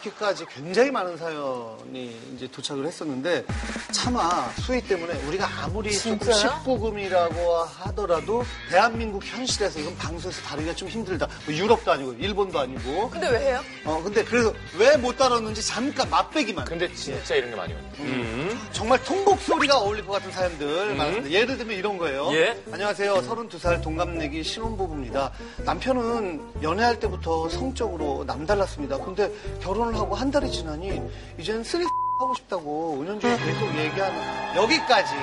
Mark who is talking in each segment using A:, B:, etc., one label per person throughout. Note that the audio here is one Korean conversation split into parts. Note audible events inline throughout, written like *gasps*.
A: 이렇게까지 굉장히 많은 사연이 이제 도착을 했었는데 차마 수위 때문에 우리가 아무리 조금
B: 진짜요?
A: 10복음이라고 하더라도 대한민국 현실에서 이건 방송에서 다루기가 좀 힘들다. 뭐 유럽도 아니고 일본도 아니고.
B: 근데 왜 해요?
A: 어 근데 그래서 왜 못 다뤘는지 잠깐 맛보기만.
C: 근데 진짜 이런 게 많이 온다.
A: 정말 통곡 소리가 어울릴 것 같은 사연들 많습니다. 예를 들면 이런 음. 거예요.
C: 예.
A: 안녕하세요. 32살 동갑내기 신혼부부입니다. 남편은 연애할 때부터 성적으로 남달랐습니다. 근데 결혼을 하고 한 달이 지나니 이젠 쓰리 *laughs* 하고 싶다고 은연중에 계속 얘기하는 여기까지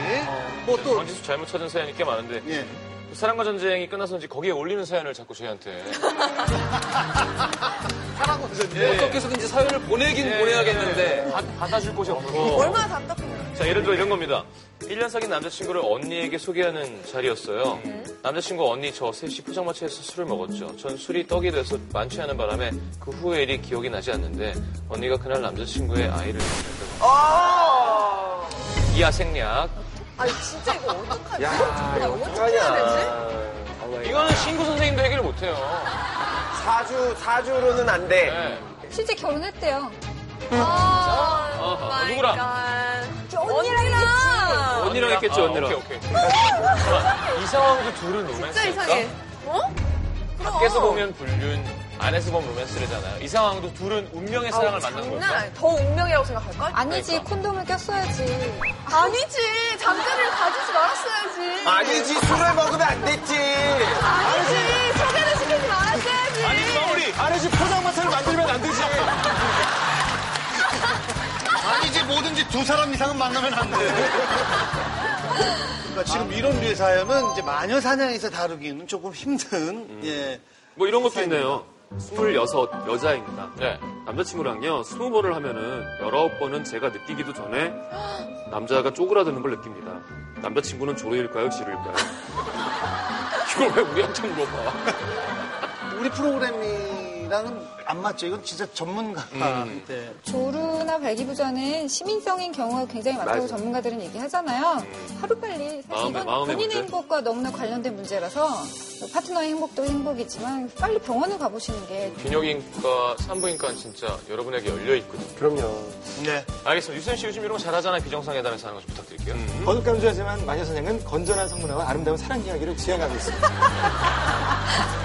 A: 뭐 또
C: 방지수 잘못 찾은 사연이 꽤 많은데
A: 예.
C: 사랑과 전쟁이 끝나서인지 거기에 올리는 사연을 자꾸 저희한테 예.
A: 사랑은 전쟁.
D: 어떻게 해서든지 사연을 보내긴 보내야겠는데
C: 받- 받아줄 곳이 없고
B: 얼마나 답답해요.
C: 어. 자, 예를 들어 이런 겁니다. 1년 사귄 남자친구를 언니에게 소개하는 자리였어요. 남자친구 언니 저 셋이 포장마차에서 술을 먹었죠. 전 술이 떡이 돼서 만취하는 바람에 그 후의 일이 기억이 나지 않는데 언니가 그날 남자친구의 아이를 낳았다고.
B: 어,
C: 이아생략.
B: 아니 진짜 이거 어떡하지? 나 어떻게 해야 되지?
C: 이거는 신구 선생님도 해결 못해요.
D: 사주 사주로는 안 돼.
C: 네.
E: 실제 결혼했대요.
B: 아,
C: 어,
B: 마이
C: 누구랑?
B: 갓. 언니랑 했지.
D: 언니랑 했겠죠,
C: 아,
D: 언니랑.
C: 오케이,
F: *laughs*
C: 오케이. 잠깐만, 이 상황도 둘은
B: 진짜
C: 로맨스일까?
B: 이상해. 어? 그럼.
C: 밖에서 보면 불륜, 안에서 보면 로맨스래잖아요. 이 상황도 둘은 운명의 사랑을 만난
B: 아, 장난
C: 거예요.
F: 그러니까.
B: 아니야. 더 운명이라고 생각할걸?
E: 아니지, 콘돔을 꼈어야지.
B: 아니지. 잠자리를 가지지 말았어야지.
D: 아니지 술을 먹으면 안 됐지.
B: 아니지. 소개를 시키지 말았어야지.
C: 아니지, 마무리!
D: 아니지 포장마차를 만들면 안 되지.
A: 아니지 뭐든지 두 사람 이상은 만나면 안 돼. 그러니까 지금 이런 류의 사연은 이제 마녀 사냥에서 다루기는 조금 힘든 예.
F: 뭐 이런 것도 있네요. 26 여자입니다.
C: 네.
F: 남자친구랑요, 20번을 하면은 19번은 제가 느끼기도
B: *gasps*
F: 전에 남자가 쪼그라드는 걸 느낍니다. 남자친구는 조로일까요?
B: *laughs*
F: 지루일까요?
C: 이걸 왜 우리한테 물어봐?
A: 우리 프로그램이랑은 안 맞죠. 이건 진짜 전문가. 때
E: 조루나 발기부전은 시민성인 경우가 굉장히 많다고
F: 맞아요. 음.
E: 전문가들은 얘기하잖아요. 하루빨리 사실
F: 마음의-
E: 이건
F: 마음의
E: 본인의
F: 문제?
E: 행복과 너무나 관련된 문제라서 뭐 파트너의 행복도 행복이지만 빨리 병원을 가보시는 게
C: 비뇨기과, 산부인과는 진짜 여러분에게 열려 있거든요.
D: 그럼요.
A: 네.
C: 알겠습니다. 유선 씨 요즘 이런 거 잘하잖아요. 비정상회담에서 하는 거 좀 부탁드릴게요.
D: 거듭 강조하지만 마녀사냥은 건전한 성문화와 아름다운 사랑 이야기를 지향하고 있습니다.